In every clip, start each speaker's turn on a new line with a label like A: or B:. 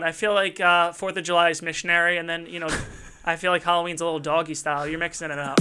A: I feel like uh, Fourth of July is missionary, and then you know, I feel like Halloween's a little doggy style. You're mixing it up.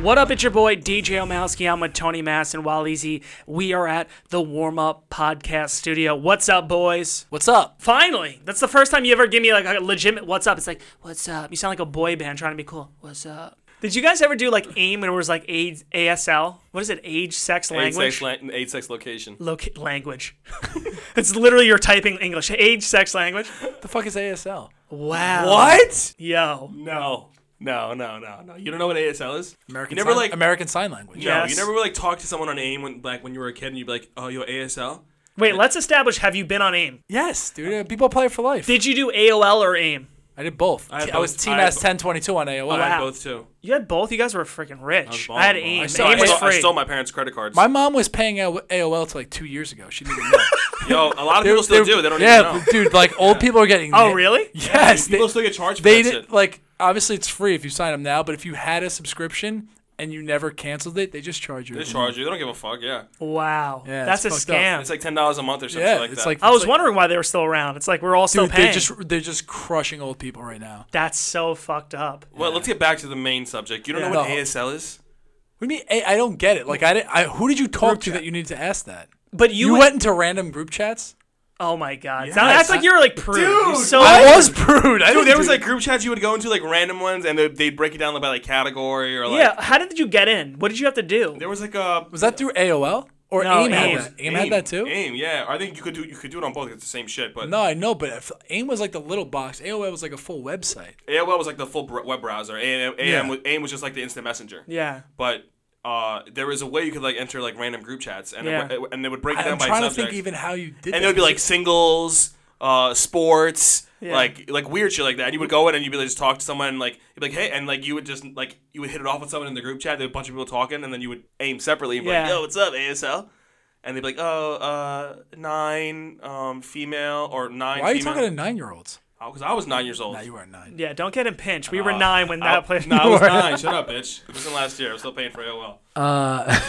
A: What up? It's your boy DJ Omowski. I'm with Tony Mass and Wild Easy. We are at the Warm Up Podcast Studio. What's up, boys?
B: What's up?
A: Finally, that's the first time you ever give me like a legitimate "What's up." It's like "What's up." You sound like a boy band trying to be cool. What's up? Did you guys ever do like AIM when it was like AIDS, ASL? What is it? Age, sex, language.
B: Eight sex, lan- eight sex location.
A: Loca- language. it's literally you're typing English. Age, sex, language.
B: What the fuck is ASL?
A: Wow.
B: What?
A: Yo.
B: No. No, no, no, no. You don't know what ASL is?
C: American
B: You never
C: sign,
B: like
C: American Sign Language.
B: No,
A: Yes.
B: you never like talked to someone on AIM when like when you were a kid and you'd be like, "Oh, yo, ASL?"
A: Wait, let's establish. Have you been on AIM?
C: Yes, dude. uh, People play it for life.
A: Did you do AOL or AIM?
C: I did both.
B: I
C: I,
B: had
C: was
B: both.
C: Team
B: I had
C: S 1022 on AOL.
B: I had
A: Wow.
B: both too.
A: You had both. You guys were freaking rich. I,
B: balling
A: had
B: them all.
A: AIM.
B: Oh, I stole,
A: AIM
B: I
A: was
B: stole, I
A: free.
B: stole my parents' credit cards.
C: My mom was paying AO- AOL to like two years ago. She didn't even know.
B: yo, a lot of people still do. They don't
C: yeah,
B: even know.
C: but dude. Like old people are getting.
A: oh, really?
C: Yes.
B: People
C: They,
B: still get charged for
C: they
B: that
C: did
B: shit.
C: like obviously it's free if you sign up now, but if you had a subscription and you never canceled it, they just charge you.
B: They charge you. They don't give a fuck. Yeah,
A: Wow.
C: Yeah,
A: That's a
C: it's fucked up.
A: scam.
B: it's like ten dollars a month or something
C: Yeah,
B: like
C: it's
B: that.
C: like
A: I was
C: it's like,
A: wondering why they were still around. It's like we're all still
C: Dude,
A: paying.
C: they just they're just crushing old people right now.
A: That's so fucked up.
B: well, let's get back to the main subject. You don't
A: Yeah.
B: know what
C: No.
B: ASL is?
C: What do you mean? I, I don't get it. Like I, didn't, I who did you talk to that you needed to ask that?
A: But you,
C: You went into random group chats.
A: Oh my god. Now that's like you're like prude. You're
B: Dude,
A: so
C: I was prude. I
B: Dude,
C: didn't
B: there
C: do
B: was
C: that.
B: like group chats you would go into, like random ones, and they'd, they'd break it down by like category or like.
A: yeah. How did you get in? What did you have to do?
B: There was like a
C: Was that through AOL or
A: No, AIM.
C: AIM, had that? AIM, had that too.
B: AIM, yeah. I think you could do you could do it on both. It's the same shit, but
C: No, I know, but if AIM was like the little box. AOL was like a full website.
B: AOL was like the full br- web browser. AIM, AIM,
C: Yeah.
B: was, AIM was just like the instant messenger.
A: yeah.
B: But uh, there was a way you could like enter like random group chats, and
A: Yeah.
B: it, w- and they would break it down
C: I'm
B: by
C: trying to
B: subject.
C: think even how you
B: and
C: did. that.
B: it would be like singles, uh, sports,
A: Yeah.
B: like like weird shit like that. And you would go in and you'd be like, just talk to someone, and, like you'd be like, hey, and like you would just like you would hit it off with someone in the group chat. There were a bunch of people talking, and then you would aim separately. And be
A: Yeah.
B: like, yo, what's up, ASL? And they'd be like, oh, uh, nine, um, female or nine.
C: why are you
B: female.
C: talking to nine year olds?
B: Because I was nine years old.
C: Nah, you are nine.
A: Yeah. Don't get in pinch. We were nine when that place.
B: No, Uh, I was nine. Shut up, bitch. It wasn't last year. I was still paying for AOL.
C: Uh,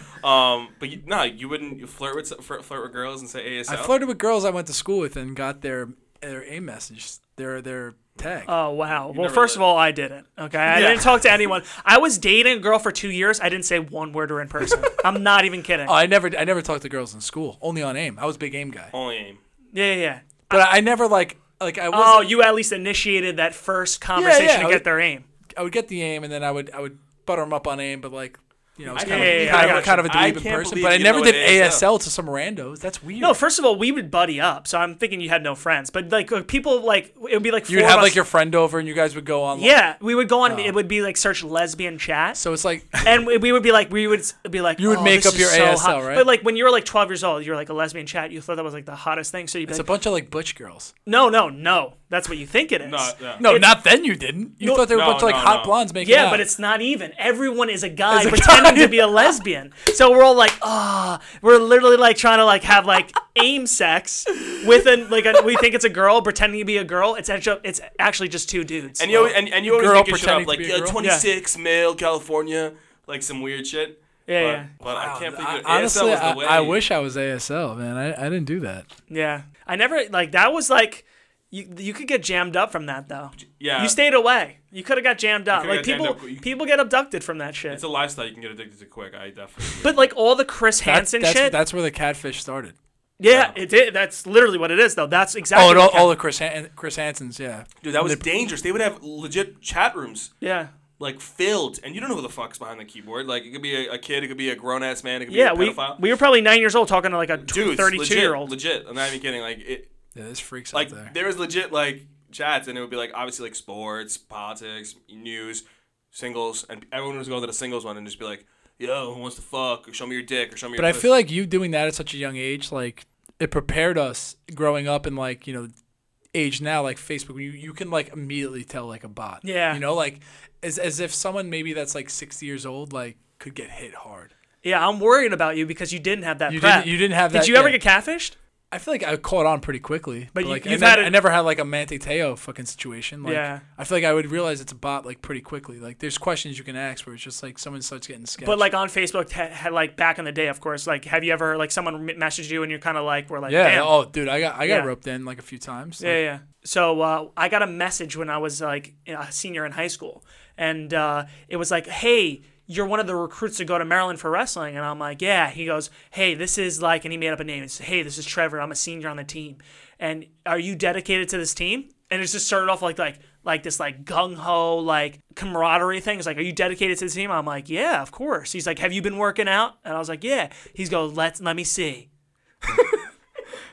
B: Um, but you, no, you wouldn't you flirt with flirt, flirt with girls and say ASL.
C: I flirted with girls I went to school with and got their their AIM message, their their tag.
A: Oh wow. well,
B: never
A: first
B: let-
A: of all, I didn't. Okay, I
B: Yeah.
A: didn't talk to anyone. I was dating a girl for two years. I didn't say one word to her in person. I'm not even kidding.
C: Oh, I never I never talked to girls in school, only on AIM. I was a big AIM guy,
B: Only aim.
A: yeah, yeah. yeah.
C: but I, I never like like I was
A: Oh, you at least initiated that first conversation
C: yeah, I
A: to
C: was-
A: get their aim.
C: I would get the aim and then I would I would butter them up on aim, but like you know, it's
B: I
C: kind,
A: can't-
C: of,
A: yeah,
C: kind,
A: yeah,
C: of, kind of a
B: I
C: dweeb in
B: can't
C: person.
B: believe
C: But I
B: you didn't
C: never
B: know
C: did
B: what ASL
C: ASL to some randos. That's weird.
A: No, first of all, we would buddy up. So I'm thinking you had no friends, but like uh, people, like it would be like Oh.
C: you'd
A: four of
C: have
A: us-
C: like your friend over and you guys would go on.
A: yeah. We would go on. It would be like search lesbian chat.
C: So it's like
A: and we, we would be like, we would s- be like,
C: You would
A: "Oh,
C: make
A: this
C: up
A: is
C: your
A: so
C: ASL,
A: hot."
C: right?
A: But like when you were like 12 years old, you were like a lesbian chat. You thought that was like the hottest thing. So you'd be
C: it's a
A: like,
C: bunch of like butch girls.
A: no, no, no. That's what you think it is.
B: No, no.
C: No, not then you didn't. You
A: No-
C: thought they were a
B: No,
C: bunch of like
B: no,
C: hot
B: no.
C: blondes making
A: Yeah,
C: out.
A: but it's not even. Everyone is a guy
C: Is a
A: pretending
C: guy.
A: to be a lesbian. So we're all like, ah, we're literally like trying to like have like aim sex with an like a, we think it's a girl pretending to be a girl. It's actually it's actually just two dudes.
B: And you always- and, and you always
C: Girl
B: make it shit up
C: pretending to
B: like
C: be a
B: uh,
C: girl?
B: 26 male California, like some weird shit.
A: Yeah,
B: but,
A: yeah.
B: But I can't believe
C: I-
B: it.
C: honestly,
B: ASL was the
C: I,
B: way.
C: I wish I was ASL, man. I, I didn't do that.
A: yeah, I never like that was like. You, you could get jammed up from that though.
B: Yeah.
A: You stayed away. You could have got jammed up.
B: coulda
A: Like
B: got jammed
A: people
B: up. You-
A: people get abducted from that shit.
B: It's a lifestyle you can get addicted to quick. I definitely.
A: but like all the Chris
C: That's,
A: Hansen
C: that's,
A: shit.
C: that's where the catfish started.
A: yeah, it did. That's literally what it is though. That's exactly
C: Oh, and all,
A: what
C: all the Chris Han- Chris Hansons, yeah.
B: Dude, that was dangerous. They would have legit chat rooms
A: Yeah.
B: like filled, and you don't know who the fuck's behind the keyboard. Like it could be a, a kid, it could be a grown ass man, it could
A: Yeah,
B: be a
A: we,
B: pedophile.
A: we were probably nine years old talking to like a
B: Dude, it's
A: 32
B: legit,
A: year old.
B: Legit, I'm not even kidding. Like it,
C: Yeah, there's freaks
B: like
C: out there.
B: there was legit like chats, and it would be like obviously like sports, politics, news, singles, and everyone was going to the singles one and just be like, yo, who wants to fuck? Or show me your dick, or show me your
C: But I
B: pussy."
C: feel like you doing that at such a young age, like it prepared us growing up in like, you know, age now, like Facebook, you, you can like immediately tell like a bot.
A: Yeah.
C: You know, like as as if someone maybe that's like sixty years old, like could get hit hard.
A: Yeah, I'm worried about you because you didn't have that
C: You
A: prep.
C: didn't- you didn't have
A: Did
C: that-
A: you ever
C: yeah.
A: get catfished?
C: I feel like I caught on pretty quickly.
A: But you-
C: like,
A: you've
C: I,
A: had
C: never,
A: it-
C: I never had like a Mante Teo fucking situation. Like,
A: Yeah.
C: I feel like I would realize it's a bot like pretty quickly. Like there's questions you can ask where it's just like someone starts getting sketched.
A: But like on Facebook, had, had like back in the day, of course. Like, have you ever like someone m- messaged you and you're kind of like, we're like,
C: yeah,
A: damn.
C: oh dude, I got I got
A: Yeah.
C: roped in like a few times.
A: Yeah, yeah. So uh, I got a message when I was like a senior in high school, and uh, it was like, "Hey, you're one of the recruits to go to Maryland for wrestling," and I'm like, "Yeah." He goes, "Hey, this is like," and he made up a name. It's, "Hey, this is Trevor. I'm a senior on the team, and are you dedicated to this team?" And it just started off like like like this like gung ho like camaraderie thing. It's like, are you dedicated to the team? I'm like, yeah, of course. He's like, have you been working out? And I was like, yeah. He's go, let's let me see.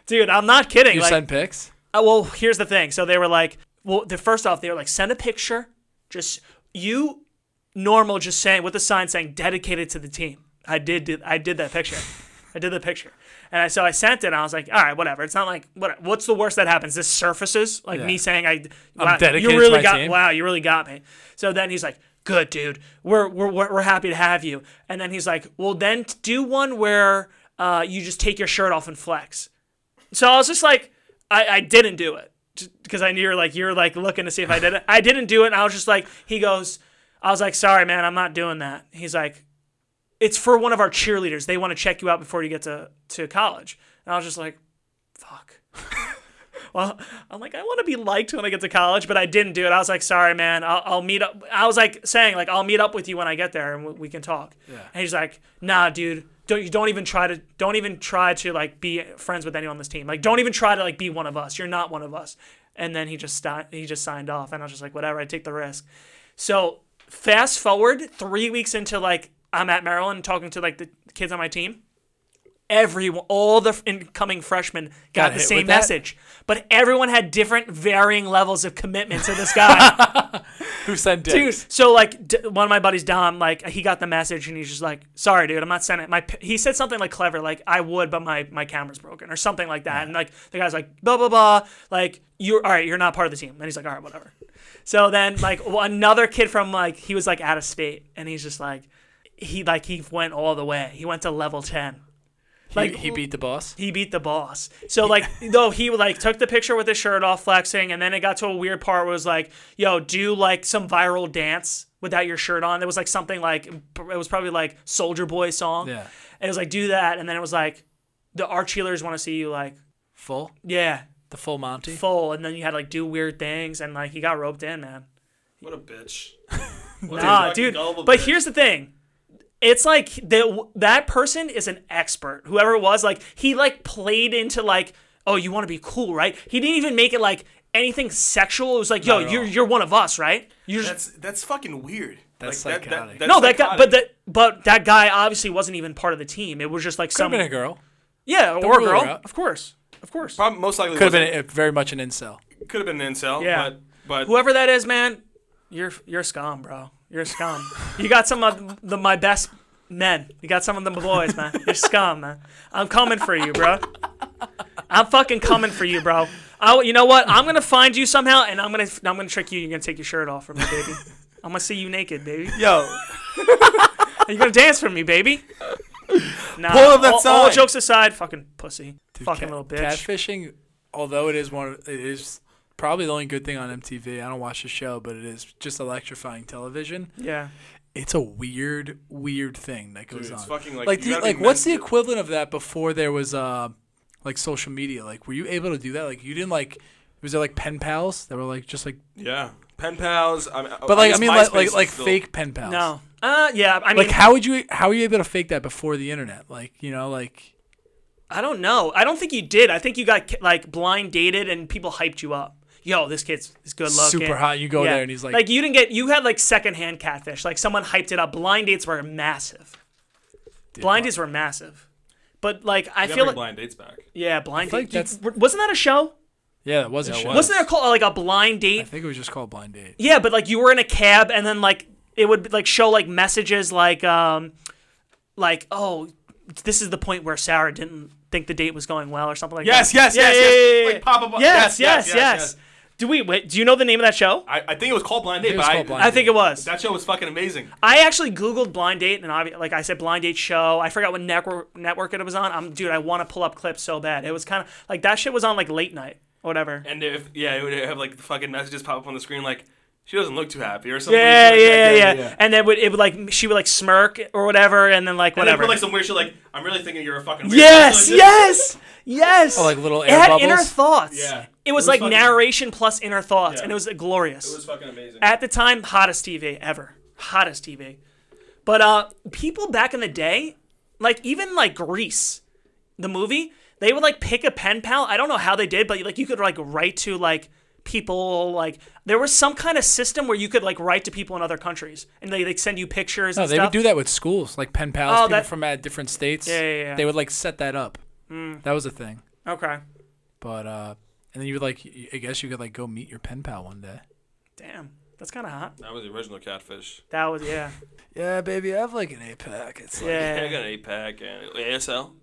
A: Dude, I'm not kidding.
C: You
A: like,
C: send pics?
A: uh, well, here's the thing. So they were like, well, the first off, they were like, send a picture. Just you, normal, just saying with a sign saying dedicated to the team. I did, do- I did that picture. I did the picture, and I, so I sent it. and I was like, all right, whatever. It's not like what. What's the worst that happens? This surfaces like me
C: Yeah.
A: saying I.
C: I'm
A: Wow,
C: dedicated
A: you
C: to
A: really
C: my
A: got
C: team.
A: wow, you really got me. So then he's like, good dude, we're we're we're we're happy to have you. And then he's like, well, then t- do one where uh, you just take your shirt off and flex. So I was just like, I, I didn't do it because I knew you're like you're like looking to see if I did it. I didn't do it. And I was just like, he goes, I was like, sorry man, I'm not doing that. He's like, it's for one of our cheerleaders. They want to check you out before you get to to college. And I was just like, fuck. well, I'm like, I want to be liked when I get to college, but I didn't do it. I was like, sorry man, I'll, I'll meet up. I was like saying like I'll meet up with you when I get there and we, we can talk. And he's like, nah, dude. Don't you don't even try to don't even try to like be friends with anyone on this team. Like don't even try to like be one of us. You're not one of us. And then he just sti- he just signed off, and I was just like, whatever. I take the risk. So fast forward three weeks into like I'm at Maryland talking to like the kids on my team. Everyone, all the incoming freshmen got,
C: Got
A: the
C: hit
A: same
C: with that?
A: message, but everyone had different, varying levels of commitment to this guy.
C: Who sent dicks?
A: dude. So like d- one of my buddies, Dom, like he got the message and he's just like, "Sorry, dude, I'm not sending it." My p-" he said something like clever, like "I would, but my my camera's broken" or something like that. And like the guy's like, "Blah blah blah," like you're all right, you're not part of the team. And he's like, "All right, whatever." So then like w- another kid from like he was like out of state and he's just like he like he went all the way. He went to level ten.
C: like he, beat the boss.
A: He beat the boss. So like no, he like took the picture with his shirt off flexing and then it got to a weird part where it was like, yo, do like some viral dance without your shirt on. It was like something like it was probably like Soldier Boy song.
C: Yeah.
A: And it was like do that and then it was like the art cheerleaders want to see you like,
C: Full?
A: yeah,
C: The full Monty?
A: full and then you had like do weird things and like he got roped in, man.
B: What a bitch.
A: Nah, dude. But here's the thing. It's like that that person is an expert. Whoever it was, like he like played into like, oh, you want to be cool, right? He didn't even make it like anything sexual. It was like, yo,
C: at
A: you're
C: all.
A: you're one of us, right? You're just
B: that's that's fucking weird.
C: That's
B: like,
C: psychotic.
A: no, that guy, but that but that guy obviously wasn't even part of the team. It was just like
C: Could
A: some
C: have been a girl.
A: yeah or a
C: rule
A: girl,
C: her out.
A: of course, of course.
B: Probably, most likely
C: Could have been a, very much an incel.
B: could have been an incel.
A: Yeah.
B: but but
A: Whoever that is, man, you're you're scum, bro. You're scum. you got some of the my best men. You got some of them boys, man. You're scum, man. I'm coming for you, bro. I'm fucking coming for you, bro. I, you know what? I'm gonna find you somehow, and I'm gonna I'm gonna trick you. You're gonna take your shirt off from me, baby. I'm gonna see you naked, baby.
B: yo,
A: You're gonna dance for me, baby. Nah,
B: Pull up that
A: all, all
B: sign.
A: jokes aside, fucking pussy, fucking
C: Cat-
A: little bitch.
C: Catfishing, although it is one, of- it is probably the only good thing on MTV. I don't watch the show, but it is just electrifying television.
A: Yeah.
C: It's a weird, weird thing that goes on.
B: it's fucking like
C: like,
B: you
C: the,
B: gotta be
C: like what's the
B: meant
C: equivalent of that before there was uh, like social media? Like, were you able to do that? Like, you didn't like. Was there like pen pals that were like just like,
B: to- Yeah, pen pals. I mean,
C: but like I
B: guess
C: mean like
B: MySpace
C: like
B: is
C: like
B: still-
C: fake pen pals?
A: No. Uh. Yeah. I mean,
C: Like how would you how were you able to fake that before the internet? Like you know like
A: I don't know. I don't think you did. I think you got like blind dated and people hyped you up. Yo, this kid's is good looking.
C: Super hot. You go there and he's like-
A: like you didn't get. You had like secondhand catfish. Like someone hyped it up. Blind dates were massive. blind dates were massive, but like I
B: You gotta
A: feel
B: bring
A: like
B: blind dates back.
A: yeah, blind
C: feel like
A: date. Dude,
C: that's-
A: w- wasn't that a show?
C: yeah that was a
B: Yeah, it
C: show.
B: was.
A: Wasn't there called like a blind date?
C: I think it was just called blind date.
A: Yeah, but like you were in a cab and then like it would like show like messages like um like, oh, this is the point where Sarah didn't think the date was going well or something like
B: Yes,
A: that.
B: yes, yes,
A: Yeah,
B: yes.
A: yeah, yeah,
B: Like pop up.
A: yeah. Yes, yes, yes, Do we wait, do you know the name of that show?
B: I, I think it was called Blind
C: I
B: Date,
C: think it was
B: but I,
C: called Blind
A: I think it was.
B: that show was fucking amazing.
A: I actually googled blind date and obvi- like I said blind date show. I forgot what network network it was on. I'm dude, I want to pull up clips so bad. It was kind of like that shit was on like late night or whatever.
B: And if yeah, it would have like the fucking messages pop up on the screen like she doesn't look too happy or something.
A: Yeah,
B: She was like,
A: yeah, yeah,
C: yeah.
A: And then would, it would like she would like smirk or whatever, and then like
B: And they
A: whatever.
B: put like some weird shit like I'm really thinking you're a fucking. weirdo."
A: yes,
B: So it just-
A: yes, yes.
C: Oh, like little
A: It
C: air
A: had
C: bubbles?
A: inner thoughts.
B: Yeah.
A: It
B: It
A: was,
B: was
A: like
B: fucking-
A: narration plus inner thoughts,
B: Yeah.
A: and it was uh, glorious.
B: It was fucking amazing.
A: At the time, hottest TV ever, hottest TV. But uh, people back in the day, like even like Grease, the movie, they would like pick a pen pal. I don't know how they did, but like you could like write to like people like there was some kind of system where you could like write to people in other countries and they like send you pictures
C: No,
A: and
C: they
A: stuff.
C: would do that with schools, like pen pals,
A: Oh,
C: people
A: that-
C: from uh, different states.
A: Yeah, yeah, yeah.
C: They would like set that up. That was a thing.
A: Okay.
C: But uh, and then you would like, y- I guess you could like go meet your pen pal one day.
A: Damn. That's kind of hot.
B: That was the original catfish.
A: That was yeah.
C: Yeah, baby, I have like an eight pack. It's like,
B: I
A: Yeah.
B: got an eight pack and ASL.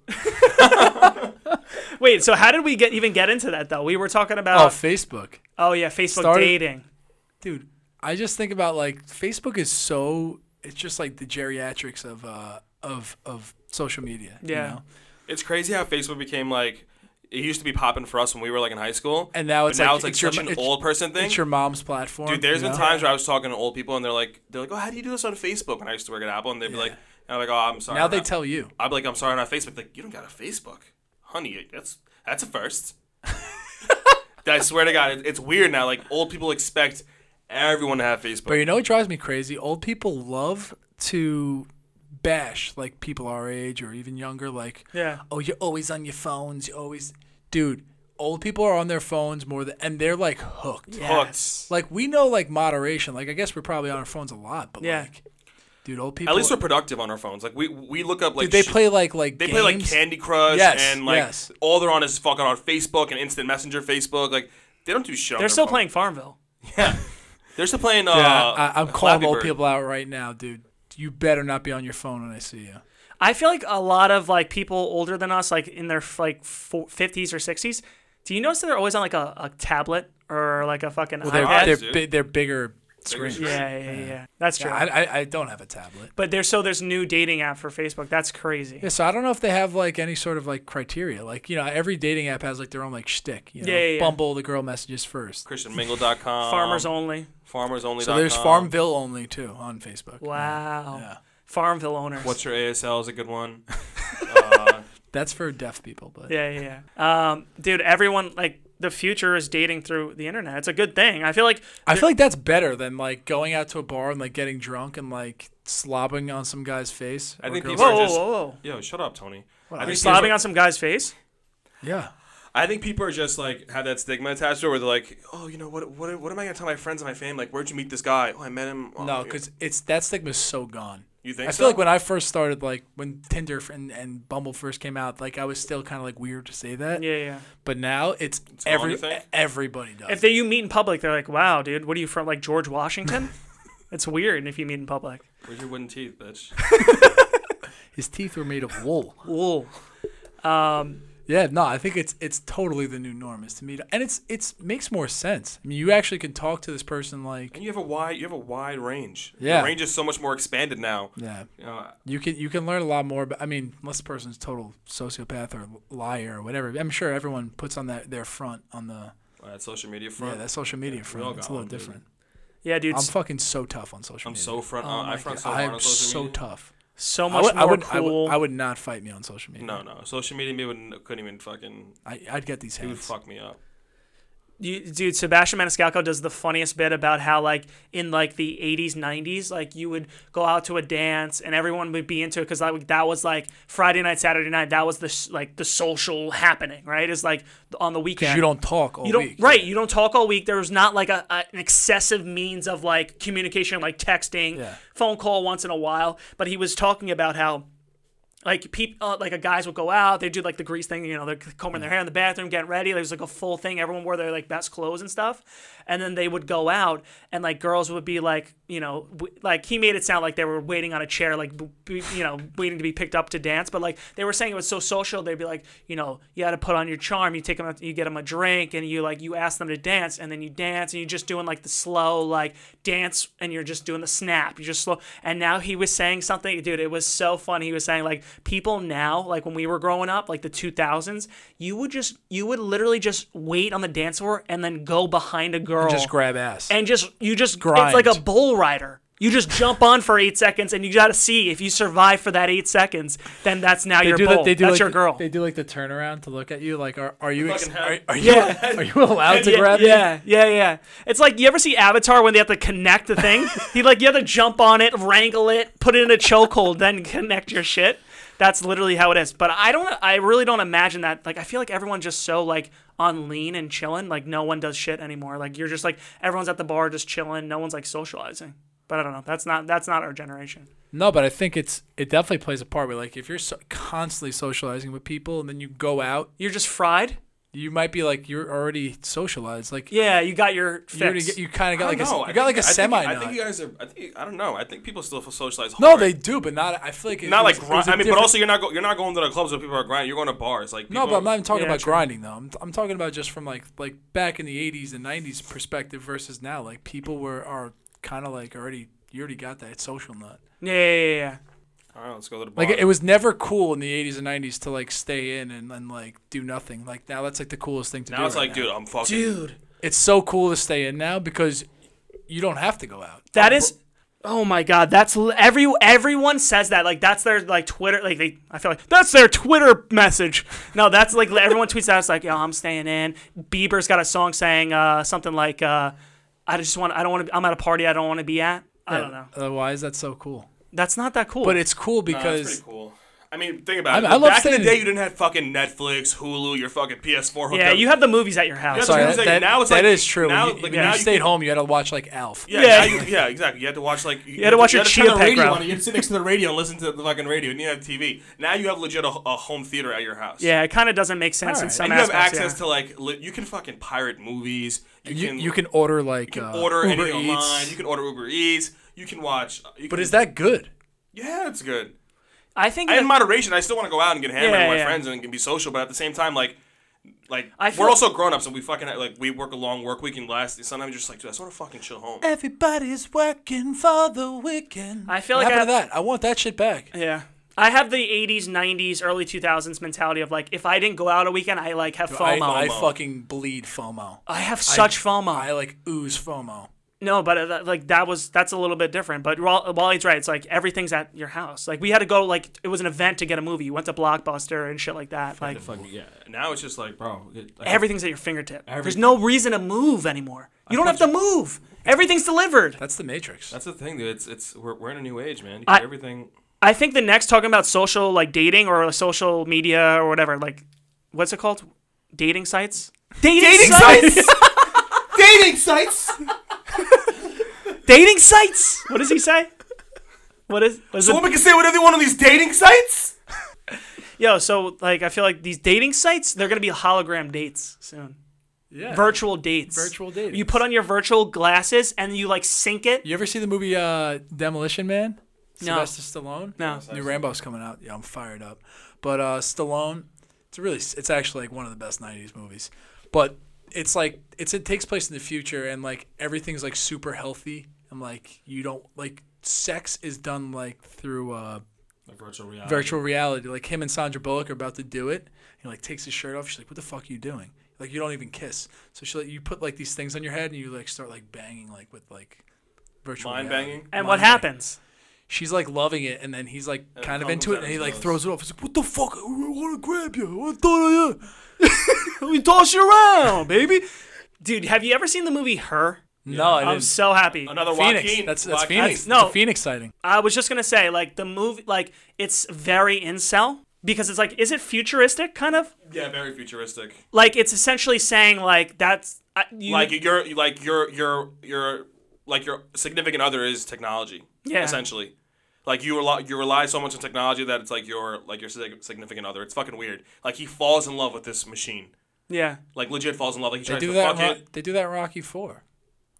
A: Wait, so how did we get even get into that though? We were talking
C: oh,
A: about
C: Facebook,
A: oh, yeah, Facebook
C: started-
A: dating.
C: dude. I just think about like Facebook is so. It's just like the geriatrics of uh of of social media. you
A: Yeah.
C: know?
B: It's crazy how Facebook became like it used to be popping for us when we were like in high school,
C: And now
B: but
C: it's
B: now
C: like-
B: it's like
C: it's your-
B: such an
C: it's-
B: old person thing.
C: It's your mom's platform.
B: Dude, there's
C: you
B: been
C: know?
B: times where I was talking to old people and they're like, they're like, oh, how do you do this on Facebook? And I used to work at Apple, and they'd be like, and I'm like, oh, I'm sorry.
C: Now
B: I'm
C: they
B: not-
C: tell you.
B: I'm like, I'm sorry, I'm not Facebook. Like, you don't got a Facebook, honey. That's that's a first. I swear to God, it, it's weird now. Like old people expect everyone to have Facebook.
C: But you know what drives me crazy? Old people love to bash like people our age or even younger. Like,
A: Yeah.
C: oh, you're always on your phones. You always, dude. Old people are on their phones more than, and they're like hooked.
B: Hooked.
C: Like we know like moderation. Like I guess we're probably on our phones a lot, but
A: Yeah.
C: like, dude, old people.
B: At least we're productive on our phones. Like we we look up like
C: dude, they
B: sh-
C: play like like
B: They play like
C: games.
B: Candy Crush
C: Yes,
B: and like
C: yes.
B: all they're on is fucking on Facebook and Instant Messenger, Facebook. Like they don't do shit. on
A: They're
B: their
A: still
B: phone.
A: playing Farmville.
B: They're still playing. Uh,
C: Yeah, I, I'm calling
B: Flappy
C: old
B: Bird.
C: people out right now, dude. You better not be on your phone when I see you.
A: I feel like a lot of like people older than us, like in their like fifties or sixties, do you notice that they're always on like a, a tablet or like a fucking
C: They're
A: iPad?
C: they're,
B: dude.
C: bi- they're bigger screens.
B: screens.
A: yeah, yeah, yeah, yeah. That's true.
C: I, I I don't have a tablet.
A: but there's so there's new dating app for Facebook. That's crazy.
C: Yeah, so I don't know if they have like any sort of like criteria. Like you know, every dating app has like their own like shtick. You know,
A: Yeah, yeah, yeah.
C: Bumble, the girl messages first.
B: ChristianMingle.com.
A: Farmers only.
B: FarmersOnly.
C: So there's Farmville only too on Facebook.
A: Wow.
C: Yeah.
A: Farmville owners.
B: What's your ASL? Is a good one.
C: That's for deaf people, but
A: Yeah, yeah, yeah. Um, dude, everyone like the future is dating through the internet. It's a good thing. I feel like
C: I feel like that's better than like going out to a bar and like getting drunk and like slobbing on some guy's face.
B: I
C: or
B: think
C: girl's-
A: whoa,
B: people are
A: whoa,
B: just-
A: whoa, whoa.
B: Yo, shut up, Tony. I
A: You're
B: think, people,
A: slobbing on some guy's face.
C: yeah.
B: I think people are just like have that stigma attached to it, where they're like, oh, you know what? What, what am I gonna tell my friends and my family? Like, where'd you meet this guy? Oh, I met him. Oh,
C: No,
B: you-
C: because it's that stigma's so gone.
B: you think
C: I
B: so?
C: feel like when I first started, like when Tinder f- and, and Bumble first came out, like I was still kind of like weird to say that.
A: Yeah, yeah.
C: But now it's,
B: gone,
C: every
B: you think?
C: everybody does.
A: If they you meet in public, they're like, "Wow, dude, what are you from? Like George Washington?" it's weird if you meet in public.
B: Where's your wooden teeth, bitch?
C: His teeth were made of wool.
A: Ooh. Um,
C: Yeah, no, I think it's it's totally the new norm is to meet, and it's it's makes more sense. I mean, you actually can talk to this person like,
B: And you have a wide, you have a wide range.
C: Yeah.
B: the range is so much more expanded now.
C: yeah,
B: You know,
C: you can you can learn a lot more. But I mean, unless the person's total sociopath or liar or whatever, I'm sure everyone puts on that their front on the
B: on that uh, social media
C: yeah
B: front.
C: that social media
B: all
C: front. It's a
B: got
C: little
B: one, dude.
C: different.
A: yeah, dude,
C: I'm
A: s-
C: fucking so tough on social
B: I'm
C: media.
B: so front.
C: Oh
B: uh,
C: my
B: I front
C: God,
B: so hard
C: I'm
B: on social
C: so
B: media.
C: tough.
A: so
C: I
A: much
C: would,
A: more
C: I would, I
A: cool.
C: would I would not fight me on social media.
B: No, no, social media me would couldn't even fucking.
C: I, I'd get these
B: He would
C: hands.
B: fuck me up.
A: You- dude, Sebastian Maniscalco does the funniest bit about how like in like the 80s, 90s, like you would go out to a dance and everyone would be into it because like that was like Friday night, Saturday night. That was the s- like the social happening, right? Is like on the weekend.
C: You don't talk all
A: You don't
C: week.
A: right. You don't talk all week. There was not like a, a- an excessive means of like communication, like texting,
C: Yeah.
A: phone call once in a while. But he was talking about how like peop, uh, like a guys would go out. They do like the grease thing, you know, they're combing their hair in the bathroom, getting ready. There was like a full thing. Everyone wore their like best clothes and stuff, and then they would go out, and like girls would be like, you know, w- like he made it sound like they were waiting on a chair, like b- b- you know, waiting to be picked up to dance. But like they were saying it was so social. They'd be like, you know, you had to put on your charm. You take them, you get them a drink, and you like you ask them to dance, and then you dance, and you're just doing like the slow like dance, and you're just doing the snap. You're just slow. And now he was saying something, dude. It was so funny. He was saying like people now, like when we were growing up, like the 2000s, you would just you would literally just wait on the dance floor and then go behind a girl
C: Just grab ass.
A: and just you just
C: Grind.
A: It's like a bull rider. You just jump on for eight seconds, and you got to see if you survive for that eight seconds. Then that's now your
C: do
A: bull.
C: that, they do
A: that's
C: like,
A: your girl.
C: They do like the turnaround to look at you. Like, are, are you ex-
B: Fucking
C: are,
B: hell.
C: are you
A: Yeah.
C: are you allowed to
A: yeah,
C: grab me?
A: yeah, yeah, yeah. It's like you ever see Avatar when they have to connect the thing. he like you have to jump on it, wrangle it, put it in a chokehold, then connect your shit. That's literally how it is. But I don't. I really don't imagine that. Like I feel like everyone's just so like on lean and chilling. Like no one does shit anymore. Like you're just like everyone's at the bar just chilling. No one's like socializing. But I don't know. That's not. That's not our generation.
C: No, but I think it's it definitely plays a part. Where like if you're so, constantly socializing with people and then you go out,
A: You're just fried.
C: you might be like you're already socialized. Like
A: Yeah, you got your fix.
C: you already get, you kind of got
B: I
C: like
B: don't know.
C: a
B: I
C: you got
B: think-
C: like a
B: I think-
C: semi.
B: I think you guys are. I think I don't know. I think people still socialize.
C: no,
B: hard.
C: they do, but not. I feel like it,
B: not
C: it was-
B: like
C: it
B: grind.
C: was a
B: I mean, but
C: different-
B: also you're not go- you're not going to the clubs where people are grinding. You're going to bars. Like
C: No,
B: people
C: but I'm not even talking
A: Yeah,
C: about
A: true.
C: grinding though. I'm, I'm talking about just from like like back in the 80s and 90s perspective versus now. Like people were are kind of like already you already got that social nut.
A: Yeah, yeah, yeah, yeah.
B: All right, let's go to the bar.
C: Like it was never cool in the 80s and 90s to like stay in and, and like do nothing. Like now that's like the coolest thing to do.
B: now it's
C: right
B: like, dude, I'm fucking.
A: Dude,
C: it's so cool to stay in now because you don't have to go out.
A: That is. Oh my God! That's l- every everyone says that. Like that's their like Twitter. Like they, I feel like that's their Twitter message. No, that's like everyone tweets that. It's like, yo, I'm staying in. Bieber's got a song saying uh, something like, uh, I just want, I don't want to. I'm at a party I don't want to be at. I don't know.
C: Uh, why is that so cool?
A: That's not that cool.
C: But it's cool
B: Nah, that's pretty
C: because
B: cool. I mean, think about
C: I-
B: it.
C: I love
B: Back in the
C: saying-
B: day, you didn't have fucking Netflix, Hulu, your fucking PS4 hooked
A: yeah,
B: up.
A: you have the movies at your house.
B: that's
C: sorry,
B: what I'm
C: that,
B: saying.
C: that-
B: Now it's
C: that
B: like-
C: is true.
B: now-
C: when you,
B: like,
C: when
B: now
C: you
B: you
C: stayed
B: can-
C: home, you had to watch like Alf.
B: Yeah,
A: Yeah.
B: now you- yeah, exactly. You had to watch like you,
A: had to watch
B: you
A: your
B: had to turn
A: Chia
B: the
A: Pet
B: radio
A: grab.
B: on. You'd sit next to the radio and listen to the fucking radio, and you didn't have TV. Now you have legit a, a home theater at your house.
A: yeah, it kind of doesn't make sense in
C: Alright.
A: some
B: and you have
A: aspects,
B: access
A: yeah.
B: to like li- you can fucking pirate movies. You,
C: You,
B: can
C: you can order like
B: you can
C: uh,
B: order
C: Uber
B: anything
C: Eats.
B: online. You can order Uber Eats. You can watch. You
C: But
B: can,
C: is that good?
B: Yeah, it's good.
A: I think
B: I
A: that-
B: in moderation, I still want to go out and get hammered
A: Yeah,
B: with my
A: yeah.
B: friends and can be social, but at the same time, like, like
A: I feel-
B: we're also grown ups and we fucking like we work a long work week and last. Sometimes you're just like, dude, I just want to fucking chill
C: Eh.
B: home.
C: Everybody's working for the weekend.
A: I feel
C: what
A: like I
C: happened to that. I want that shit back.
A: Yeah. I have the 80s, 90s, early 2000s mentality of like, if I didn't go out a weekend, I like have
C: I,
A: FOMO.
C: I
A: I,
C: fucking bleed FOMO.
A: have such FOMO.
C: I like ooze FOMO.
A: no, but uh, that- like that was that's a little bit different. But Wal- Wally's right. It's like everything's at your house. Like we had to go like it was an event to get a movie. You went to Blockbuster and shit like that. Like
B: Fucking yeah. Now it's just like, bro, it, like,
A: everything's at your fingertip. There's no reason to move anymore. You don't have to move. Everything's delivered.
C: That's the Matrix.
B: that's the thing, dude. It's it's we're, we're in a new age, man. You
A: I-
B: can do everything.
A: I think the next talking about social like dating or social media or whatever like what's it called? Dating sites. Dating, sites.
B: Dating sites.
A: dating sites. What does he say? What is? What is it?
B: Women can say whatever they want on these dating sites.
A: Yo, so like I feel like these dating sites, they're gonna be hologram dates soon.
C: yeah.
A: Virtual dates.
C: Virtual dating.
A: You put on your virtual glasses and you like sync it.
C: You ever see the movie uh, Demolition Man?
A: No.
C: Sylvester Stallone.
A: No.
C: New Rambo's coming out. Yeah, I'm fired up. But uh, Stallone, it's really, it's actually like one of the best '90s movies. But it's like it's it takes place in the future, and like everything's like super healthy, and like you don't like sex is done like through uh,
B: Like virtual reality.
C: virtual reality. Like him and Sandra Bullock are about to do it. He like takes his shirt off. She's like, "What the fuck are you doing? Like you don't even kiss." So she like you put like these things on your head and you like start like banging like with like virtual
B: Mind
C: reality.
B: banging.
A: And what
C: Monday.
A: happens?
C: She's like loving it, and then he's like kind of
B: comes
C: into it,
B: out
C: and
B: his
C: he like
B: nose.
C: throws it off. He's like, "What the fuck? I want to grab you. I wanna throw you."
A: We toss you around, baby. Dude, have you ever seen the movie Her?
C: No, I
A: I'm
C: didn't.
A: so happy.
B: Another
C: Phoenix.
B: Joaquin.
C: That's that's
B: Joaquin.
C: Phoenix.
A: no.
C: It's a Phoenix sighting.
A: I was just gonna say, like the movie, like it's very incel because it's like, is it futuristic? Kind of
B: Yeah, very futuristic.
A: like it's essentially saying like that's I you,
B: like your like your your your like your significant other is technology.
A: Yeah.
B: Essentially. Like you rely you rely so much on technology that it's like your like your sig- significant other. It's fucking weird. Like he falls in love with this machine.
A: Yeah.
B: Like legit falls in love. Like he
C: They
B: tries
C: do
B: to
C: that.
B: fuck
C: in Ro-
B: it.
C: they do that in Rocky Four.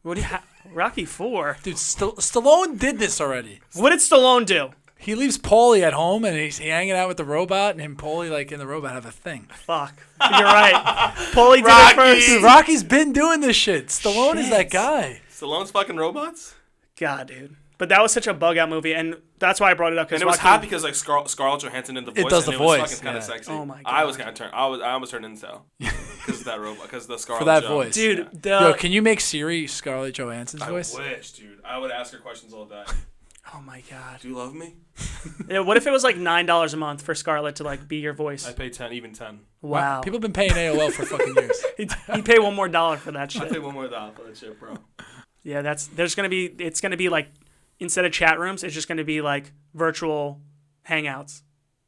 A: What do you ha- Rocky Four?
C: Dude, St- Stallone did this already.
A: What did Stallone do?
C: He leaves Paulie at home and he's hanging out with the robot, and him and Paulie like in the robot have a thing.
A: Fuck. You're right. Paulie did
B: Rocky.
A: it first.
C: Dude, Rocky's been doing this shit. Stallone is
A: Shit.
C: that guy.
B: Stallone's fucking robots.
A: God, dude. But that was such a bug out movie, and that's why I brought it up.
B: And it was hot because like Scar- Scarlett Johansson did the voice.
C: does
B: and
C: the
B: it was
C: voice,
B: Fucking kind
C: yeah.
B: of sexy.
A: Oh my
B: I was
A: God.
B: kind of turned. I was. I almost turned incel because of that robot. Because the Scarlett.
C: that
B: Johansson.
C: voice.
A: dude,
B: Yeah.
A: the
C: Yo, can you make Siri Scarlett Johansson's
B: Uh, I
C: voice?
B: wish, dude. I would ask her questions all day.
A: oh my god.
B: Do you love me?
A: Yeah, what if it was like nine dollars a month for Scarlett to like be your voice?
B: I pay ten, even ten.
A: Wow.
C: People have been paying AOL for fucking years.
A: you pay one more dollar for that
B: I pay
A: shit.
B: one more dollar for that shit, bro.
A: Yeah, that's there's gonna be it's gonna be like instead of chat rooms, it's just gonna be like virtual hangouts.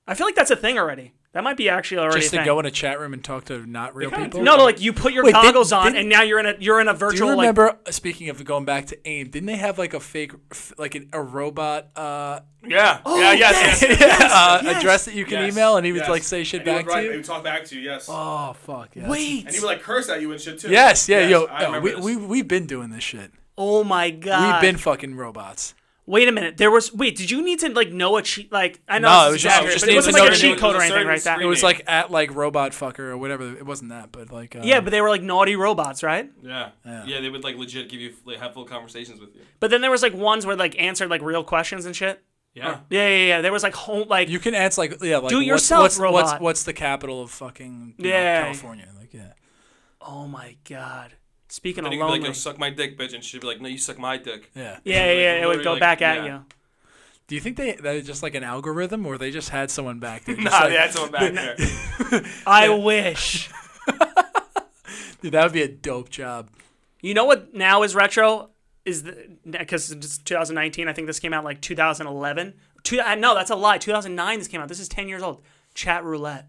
A: I feel like that's a thing already. That might be actually already
C: Just
A: a
C: to
A: thing.
C: go in a chat room and talk to not real
B: kinda
C: people.
B: do
A: no, no, like you put your
C: Wait, didn't-
A: goggles on,
C: didn't-
A: and now you're in a you're in a
C: Do you
A: virtual like
C: remember? uh, speaking of going back to AIM, didn't they have like a fake, f- like an, a robot, uh,
B: Yeah. yeah. Yes. Yes. yes.
C: uh, address that you can
B: Yes,
C: email, and he would
B: yes.
C: like say shit
B: And he
C: back
B: would write-
C: to you?
B: He would talk back to you. Yes.
C: Oh fuck! Yeah.
A: wait.
B: and he would like curse at you and shit too.
C: Yes, yeah, yo,
B: I
C: no,
B: remember
C: we,
B: this.
C: we we've been doing this shit.
A: oh my god.
C: We've been fucking robots.
A: Wait a minute. There was wait. Did you need to like know a cheat? Like I know
C: No,
A: this
C: it
A: is
C: was just-
A: exaggerated,
C: it was
A: but it wasn't
C: just
A: like a
C: needed to
A: cheat
C: know-
A: code
B: it
A: or
B: was a
A: anything
B: certain
A: like that.
B: screen
C: It was
B: name.
C: like at like robot fucker or whatever. It wasn't that, but like uh,
A: Yeah, but they were like naughty robots, right?
B: Yeah. yeah. They would like legit give you like, have full conversations with you.
A: But then there was like ones where like answered like real questions and shit.
B: Yeah.
A: Yeah, yeah, yeah. There was like home like
C: you can answer like yeah, like
A: Do it
C: what's-
A: yourself,
C: what's, What's,
A: robot.
C: what's the capital of fucking you know,
A: Yeah.
C: California? Like yeah,
A: oh my god. Speaking of
B: Then you could be like,
A: lonely.
B: yo, suck my dick, bitch. And she'd be like, no, you suck my dick.
C: yeah.
A: yeah, yeah, yeah. It would
B: literally,
A: go
B: like,
A: back at
B: yeah.
A: you.
C: Do you think they that is just like an algorithm, or they just had someone back there? Just
B: Nah,
C: like,
B: yeah, that's what back there.
A: I wish.
C: Dude, that would be a dope job.
A: You know what now is retro is because it's 2019. I think this came out like 2011. Two, I- no, that's a lie. 2009. This came out. This is 10 years old. Chat roulette.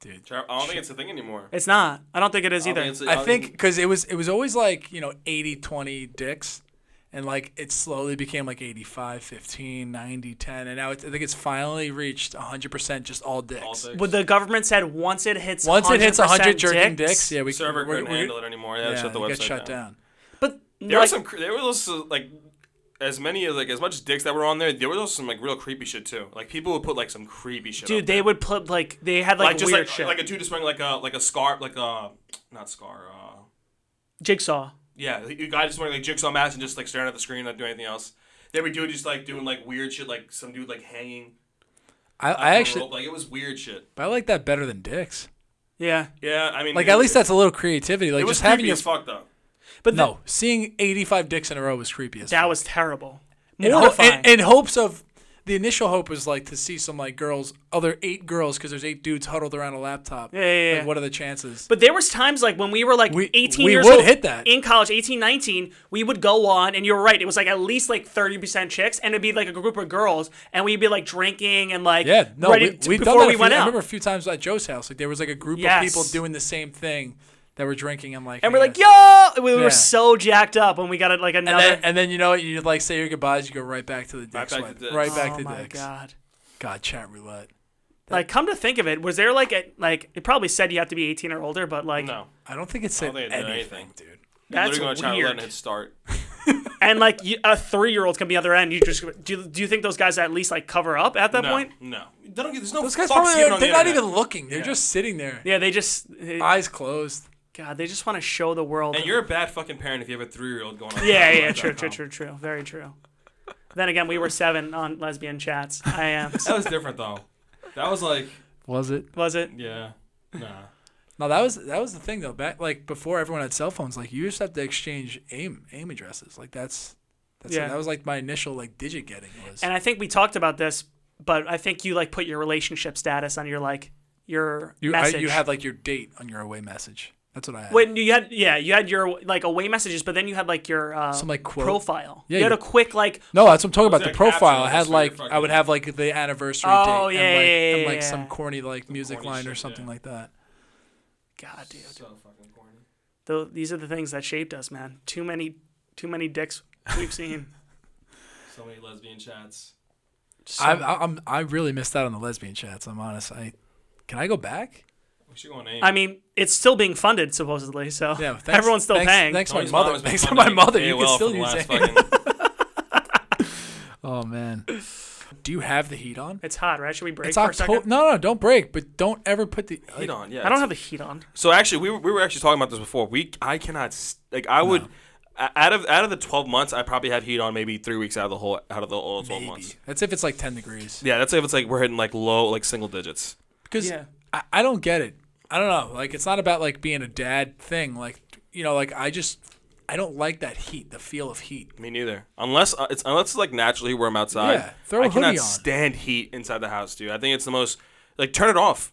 C: Dude,
B: I don't think it's a thing anymore.
A: It's not. I don't think it is
B: I don't
A: either.
B: think it's a-
C: I think because it was it was always like you know 80 20 dicks and like it slowly became like 85 15 90 10 and now it's, I think it's finally reached 100% just all dicks.
B: All dicks.
A: But the government said once it hits
C: Once it hits 100
A: 100%
C: jerking dicks, yeah, we
B: server
C: we're,
B: couldn't handle it anymore. They had to
C: Yeah,
B: shut the
C: it
B: website
C: got shut down.
A: But
B: There
A: like,
B: was some. cre- There was also like. As many as like as much dicks that were on there, there was also some like real creepy shit too. Like people would put like some creepy shit.
A: dude,
B: up
A: they would put like they had like,
B: like just
A: weird
B: like
A: shit.
B: like a dude just wearing like a like a scar like a not scar uh
A: Jigsaw.
B: yeah a guy just wearing like jigsaw mask and just like staring at the screen not doing anything else. There we dude just like doing like weird shit like some dude like hanging.
C: I,
B: from
C: I
B: a
C: actually
B: rope. like it was weird shit.
C: but I like that better than dicks.
A: Yeah,
B: Yeah, I mean
C: Like
B: it-
C: at least that's a little creativity. Like
B: it was
C: just having
B: creepy
C: your
B: as fuck though.
A: but th-
C: no seeing 85 dicks in a row was creepy as
A: that
C: fuck.
A: was terrible.
C: in, ho-
A: Mortifying.
C: in, in hopes of the initial hope was like to see some like girls other eight girls because there's eight dudes huddled around a laptop
A: Yeah, yeah,
C: Like,
A: yeah.
C: what are the chances
A: but there was times like when we were like
C: We-
A: 18
C: we
A: years
C: would
A: old
C: hit that.
A: in college 18 19 we would go on and you're right it was like at least like 30% chicks and it'd be like a group of girls and we'd be like drinking and like
C: yeah no
A: ready
C: we,
A: to-
C: we've done
A: before
C: that a
A: we
C: few-
A: went
C: i
A: out
C: remember a few times at joe's house like there was like a group
A: Yes.
C: of people doing the same thing that were drinking and like
A: and we're
C: hanging
A: like
C: out.
A: yo we were
C: Yeah.
A: so jacked up when we got it like another
C: and then, and then you know what? you like say your goodbyes you go right back to the dicks
B: back to
C: sweat.
B: dicks.
C: right back
A: oh
C: to
A: my
C: dicks
A: god
C: god chat roulette
A: like come to think of it was there like a like it probably said you have to be 18 or older but like
B: No,
C: i don't think it said
B: think it did
C: anything,
B: anything.
C: dude
A: that's
B: literally going to China
A: weird.
B: and hit start.
A: and like you, a three-year-old can be the other end. You just do. You, do you think those guys at least like cover up at that
B: No,
A: point?
B: no, they don't get. There's no
C: those guys
B: fucks
C: probably
B: given on the
C: they're not
B: internet.
C: even looking they're just sitting there
A: Yeah, they just eh,
C: eyes closed
A: God, they just want to show the world.
B: And you're a bad fucking parent if you have a three year old going on.
A: yeah,
B: China
A: yeah,
B: Roulette
A: true,
B: dot
A: true,
B: com.
A: true, true, very true. Then again, we were seven on lesbian chats. I am.
B: That was different though. That was like
C: was it
A: Was it?
B: yeah, nah.
C: No, that was that was the thing though. Back like before everyone had cell phones, like you just have to exchange aim aim addresses. Like that's that's
A: Yeah.
C: that was like my initial like digit getting was.
A: And I think we talked about this, but I think you like put your relationship status on your like your
C: you I,
A: message.
C: you had like your date on your away message. That's what I had.
A: when you had yeah you had your like away messages, but then you had like your uh,
C: Some, like, quote.
A: profile.
C: Yeah,
A: you had a
C: your-
A: quick like
C: no, that's what I'm talking about. The
B: that caption
C: profile I
B: that
C: had
B: was like
C: like
B: your
C: I would
B: fucking-
C: have like the anniversary
A: Oh,
C: date
A: yeah,
C: and like
A: yeah,
C: and
A: yeah,
C: like
A: yeah.
C: some corny like music
B: corny
C: line or
B: shit,
C: something
B: yeah.
C: like that.
A: God, dude.
B: So fucking corny.
A: Tho- these are the things that shaped us, man. Too many, too many dicks we've seen.
B: So many lesbian chats.
A: So-
C: I, I, I'm I really missed out on the lesbian chats. I'm honest. I can I go back?
B: We should go on AIM.
A: I mean, it's still being funded supposedly, so
C: Yeah, thanks,
A: everyone's still
C: thanks,
A: paying.
C: Thanks to my
B: Tony's mom
C: mother.
B: has been
C: Thanks to my
B: funding
C: mother. You can
B: AOL for
C: still
B: the
C: use
B: last
C: it.
B: fucking-
C: Oh man. Do you have the heat on?
A: It's hot, right? Should we break
C: It's
A: for a
C: October.
A: second?
C: No, no, don't break. But don't ever put the
B: Heat
C: like,
B: on, yeah.
A: I don't have the heat on.
B: So actually, we were, we were actually talking about this before. We I cannot s- like I would o- out of out of the twelve months, I probably have heat on maybe three weeks out of the whole out of the whole twelve months.
C: That's if it's like 10 degrees.
B: Yeah, that's if it's like we're hitting like low like single digits.
C: Because
A: Yeah.
C: I, I don't get it. I don't know. Like, it's not about like being a dad thing. Like, you know, like I just, I don't like that heat, the feel of heat.
B: Me neither. Unless uh, it's unless it's like naturally warm outside.
C: Yeah, throw a
B: I cannot
C: hoodie on.
B: stand heat inside the house, dude. I think it's the most like turn it off.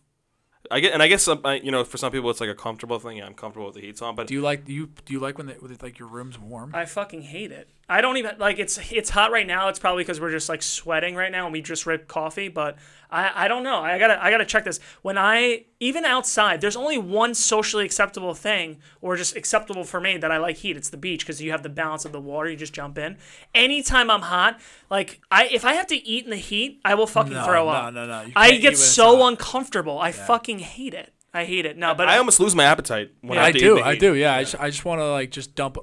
B: I get and I guess some I, you know for some people it's like a comfortable thing. Yeah, I'm comfortable with the heat's on, but
C: Do you like, do you, do you like when, the, when it's, like your room's warm?
A: I fucking hate it. I don't even like it's it's hot right now. It's probably because we're just like sweating right now and we just ripped coffee. But I I don't know. I gotta I gotta check this. When I even outside, there's only one socially acceptable thing or just acceptable for me that I like heat. It's the beach because you have the balance of the water. You just jump in. Anytime I'm hot, like I if I have to eat in the heat, I will fucking
C: No,
A: throw
C: no,
A: up.
C: no, no. You can't
A: I
C: eat when
A: get
C: it's
A: so
C: hot.
A: uncomfortable. I fucking hate it. I hate it. No, but
B: I almost lose my appetite when I,
C: I
B: have to eat
C: do.
B: in the
C: I
B: heat.
C: do. Yeah. I just, I just want to like just dump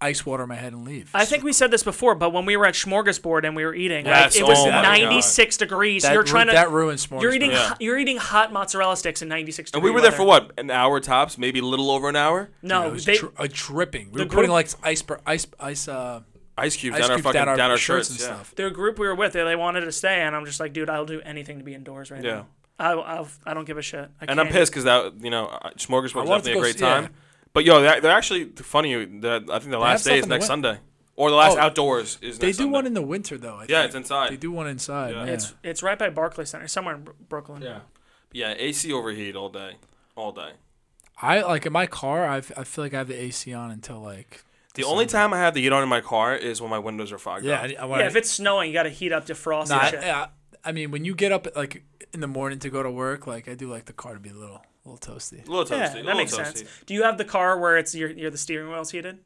C: ice water in my head and leave.
A: I think we said this before, but when we were at Smorgasbord and we were eating,
B: Yes,
A: like, it was
B: oh my
A: 96 degrees.
C: that,
A: you're
C: ru-
A: trying to
C: that ruins s'mores.
A: you're eating
C: bro.
B: Yeah.
A: hot, you're eating hot mozzarella sticks in 96
B: And
A: degrees.
B: we were there for what an hour tops, maybe a little over an hour.
A: No,
C: It was
A: they,
C: dri- a dripping. We
A: the
C: were putting
A: group-
C: like ice, bur- ice, ice, uh,
B: Ice cubes
C: ice
B: down our
C: cubes
B: fucking
C: down our,
B: shirts,
C: shirts, and
B: yeah.
C: stuff.
A: their group we were with, they, they wanted to stay, and I'm just like, dude, I'll do anything to be indoors right
B: Yeah.
A: now. I, I'll, I don't give a shit. I
B: And I'm
A: can't.
B: pissed because that you know uh, smorgasbord was
C: wanted to
B: definitely a
C: go
B: great
C: s- yeah.
B: time. But yo, they're, they're actually funny. The, I think the last
C: have
B: day is
C: stuff in the
B: next
C: win-
B: Sunday, or the last
C: Oh,
B: outdoors is.
C: They
B: next
C: do
B: Sunday.
C: one in the winter though. I
B: Yeah,
C: think.
B: it's inside.
C: They do one inside.
B: Yeah.
C: Yeah.
A: It's it's right by Barclay Center, somewhere in Bro- Brooklyn.
B: Yeah. Yeah, AC overheat all day. All day.
C: I like in my car. I, f- I feel like I have the AC on until like.
B: The only time I have the heat on in my car is when my windows are fogged
C: Yeah,
B: up.
C: I, I
A: Yeah,
C: want.
A: if it's snowing, you got to heat up, defrost, and
C: I,
A: shit.
C: I, I mean, when you get up at, like in the morning to go to work, like I do like the car to be a little, little toasty.
B: A little toasty.
A: Yeah,
B: a little
A: that makes
B: toasty.
A: sense. Do you have the car where it's your, your the steering wheel's heated?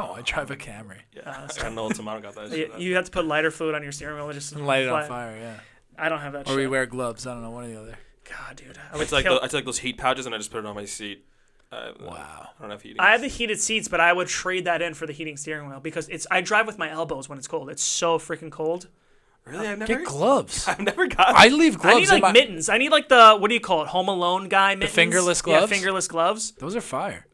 C: Oh, I drive a Camry
B: Yeah. I got an old tomato got that shit.
A: Uh, You, you have to put lighter fluid on your steering wheel and just
C: and light it on
A: fly-
C: fire. Yeah,
A: I don't have that.
C: or we
A: shit.
C: wear gloves. I don't know, one or the other.
A: God, dude, I
B: I
A: would
B: took, like
A: kill-
B: the, I took those heat pouches and I just put it on my seat. I,
C: Wow.
B: I don't have heating.
A: I have the heated seats, but I would trade that in for the heating steering wheel because it's. I drive with my elbows when it's cold. It's so freaking cold.
B: really? I've never,
C: Get gloves.
B: I've never gotten
C: I leave gloves.
A: I need
C: in
A: like
C: my,
A: mittens. I need like the what do you call it? Home Alone guy mittens.
C: fingerless
A: Yeah,
C: gloves?
A: fingerless gloves.
C: Those are fire.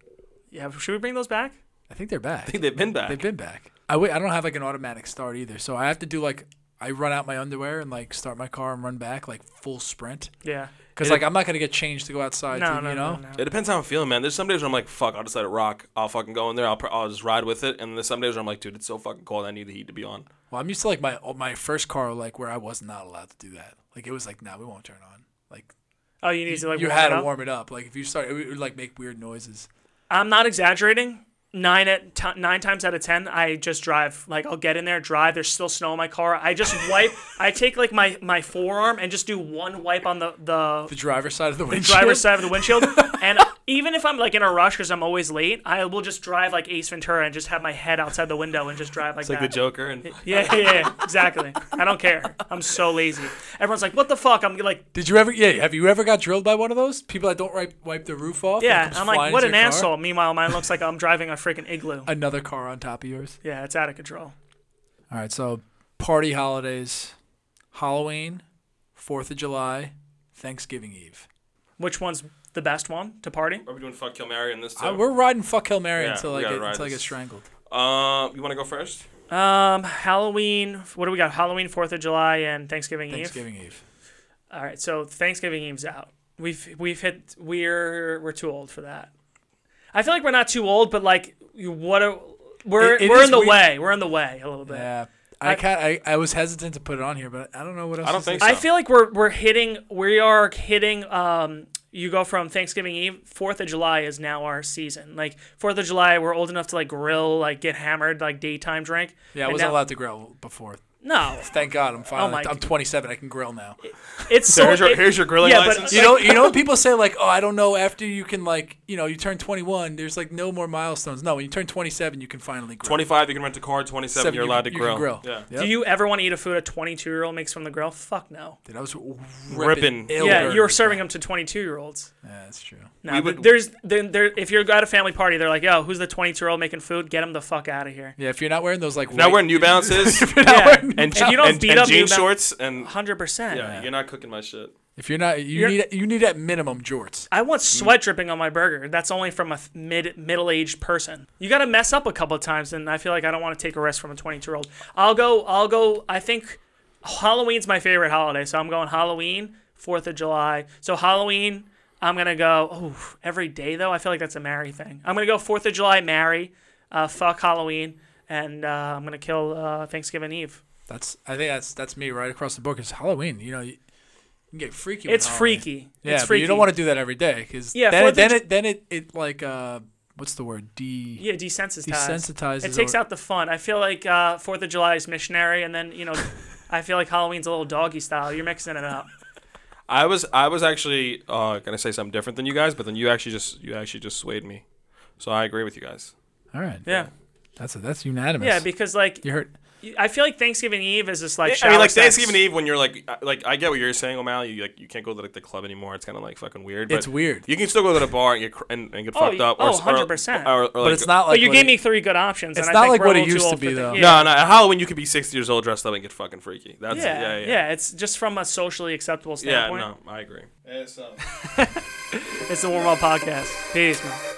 A: Yeah, should we bring those back?
C: I think they're back.
B: I think they've been back.
C: They've been back. I wait. I don't have like an automatic start either, so I have to do like I run out my underwear and like start my car and run back like full sprint
A: Yeah.
C: because like I'm not gonna get changed to go outside.
A: No,
C: to,
A: no,
C: you know.
A: no, no.
B: It depends how I'm feeling, man. There's some days where I'm like, fuck, I'll just let it rock. I'll fucking go in there. I'll, pr- I'll just ride with it. And there's some days where I'm like, dude, it's so fucking cold. I need the heat to be on.
C: Well, I'm used to like my oh, my first car like where I was not allowed to do that. Like it was like nah, we won't turn on. Like
A: Oh, you need to like.
C: you
A: warm
C: had
A: it
C: to
A: up?
C: warm it up. Like if you start, it would like make weird noises.
A: I'm not exaggerating. Nine at t- nine times out of ten, I just drive. Like I'll get in there, drive. There's still snow in my car. I just wipe. I take like my my forearm and just do one wipe on the the
C: The driver's side of the windshield.
A: driver's side of the windshield. and even if I'm like in a rush because I'm always late, I will just drive like Ace Ventura and just have my head outside the window and just drive like
B: Like
A: that.
B: the Joker. And
A: yeah, yeah, yeah, exactly. I don't care. I'm so lazy. Everyone's like, "What the fuck?" I'm like,
C: Did you ever? Yeah. Have you ever got drilled by one of those people that don't wipe, wipe the roof off? and it
A: "Yeah."
C: comes
A: I'm like,
C: flying
A: "What
C: into
A: an
C: your car?
A: asshole." Meanwhile, mine looks like I'm driving a freaking igloo.
C: Another car on top of yours.
A: Yeah, it's out of control.
C: All right, so party holidays, Halloween, Fourth of July, Thanksgiving Eve.
A: Which one's the best one to party?
B: are we doing fuck, kill, Mary in this too?
C: I- Uh, we're riding fuck Hill Mary
B: Yeah,
C: until
B: we
C: I
B: gotta
C: get
B: ride
C: until I
B: this.
C: get strangled.
B: Uh, you want to go first?
A: Um, Halloween. What do we got? Halloween, Fourth of July, and Thanksgiving, Eve.
C: Thanksgiving Eve.
A: All right, so Thanksgiving Eve's out. We've we've hit we're we're too old for that. I feel like we're not too old, but like you- what are we're
C: It- it
A: we're
C: is
A: in the
C: weird.
A: way. We're in the way a little bit.
C: Yeah,
A: I-
C: I, can I I was hesitant to put it on here, but I don't know what else.
B: I don't
C: to say.
B: think so.
A: I feel like we're we're hitting we are hitting um you go from Thanksgiving Eve, Fourth of July is now our season. Like Fourth of July, we're old enough to like grill, like get hammered, like daytime drink.
C: Yeah, I
A: And
C: wasn't
A: now-
C: allowed to growl before
A: No,
C: Thank God I'm finally.
A: my
C: I'm 27. I can grill now.
A: it's so.
B: here's your
A: it-
B: here's your grilling
A: yeah, but-
B: license.
A: You
C: You know, you know, when people say like, "Oh, I don't know." After you can like, you know, you turn 21, there's like no more milestones. No, when you turn 27, you can finally grill.
B: 25, you can rent a car. 27,
C: Seven,
B: you're
C: you
B: allowed
C: can-
B: to
C: you
B: grill.
C: can grill.
B: Yeah.
C: Yep.
A: Do you ever want to eat a food a 22 year old makes from the grill? Fuck no.
C: Dude, I was ripping.
B: Ripping.
C: ill
A: yeah,
C: burgers.
A: you're serving them to 22 year olds.
C: Yeah, that's true.
A: No,
B: We
A: th-
B: would-
A: there's then there. If you're at a family party, they're like, "Yo, who's the 22 year old making food? Get him the fuck out of here."
C: Yeah, if you're not wearing those like.
B: Now
C: white-
B: we're in New Balances and,
A: Yeah.
B: and,
A: if you don't
B: and
A: beat up
B: jean
A: New Ba-
B: shorts and
A: 100. percent
B: yeah, you're not cooking my shit.
C: If you're not, you
A: You're-
C: need you need at minimum jorts.
A: I want sweat dripping on my burger. That's only from a th- mid middle aged person. You got to mess up a couple of times, and I feel like I don't want to take a risk from a 22 year old. I'll go. I'll go. I think Halloween's my favorite holiday, so I'm going Halloween, Fourth of July. So Halloween, I'm gonna go. Oh, every day though, I feel like that's a Mary thing. I'm gonna go Fourth of July, Mary, uh, fuck Halloween, and uh, I'm gonna kill uh, Thanksgiving Eve.
C: That's I think that's that's me right across the book. It's Halloween. You know, you, you can get freaky. with
A: It's
C: Halloween.
A: freaky.
C: Yeah,
A: it's
C: but
A: freaky.
C: you don't want to do that every day because
A: Yeah,
C: yeah, then
A: for
C: it,
A: the-
C: then it then it it like uh what's the word D
A: Yeah, desensitized.
C: Desensitizes
A: It takes
C: or-
A: out the fun. I feel like uh, Fourth of July is missionary, and then you know, I feel like Halloween's a little doggy style. You're mixing it up.
B: I was I was actually uh, gonna say something different than you guys, but then you actually just you actually just swayed me. So I agree with you guys.
C: All right.
A: Yeah,
C: That's that's unanimous.
A: yeah, because like
C: you heard.
A: I feel like Thanksgiving Eve is just like.
B: I mean,
A: shower
B: like
A: sex.
B: Thanksgiving Eve, when you're like, I- like I get what you're saying, O'Malley. You like you can't go to like the club anymore. It's kind of like fucking weird. But
C: It's weird.
B: You can still go to the bar and get cr- and, and get
A: Oh,
B: fucked up.
A: oh,
B: Or, s- or-
A: 100%.
B: or- or,
C: But
B: like-
C: it's not like
A: But you
C: what
A: gave
C: it-
A: me three good options.
C: It's
A: and
C: not
A: I think
C: like
A: we're
C: what
A: a
C: it
A: little too
C: used to
A: old
C: be,
A: for the-
C: though.
A: Yeah.
B: No, no. At Halloween, you could be 60 years old dressed up and get fucking freaky. That's
A: yeah,
B: yeah, yeah,
A: It's just from a socially acceptable
B: Yeah,
A: standpoint.
B: no, I agree.
A: It's the Warm Up Podcast. Peace, man.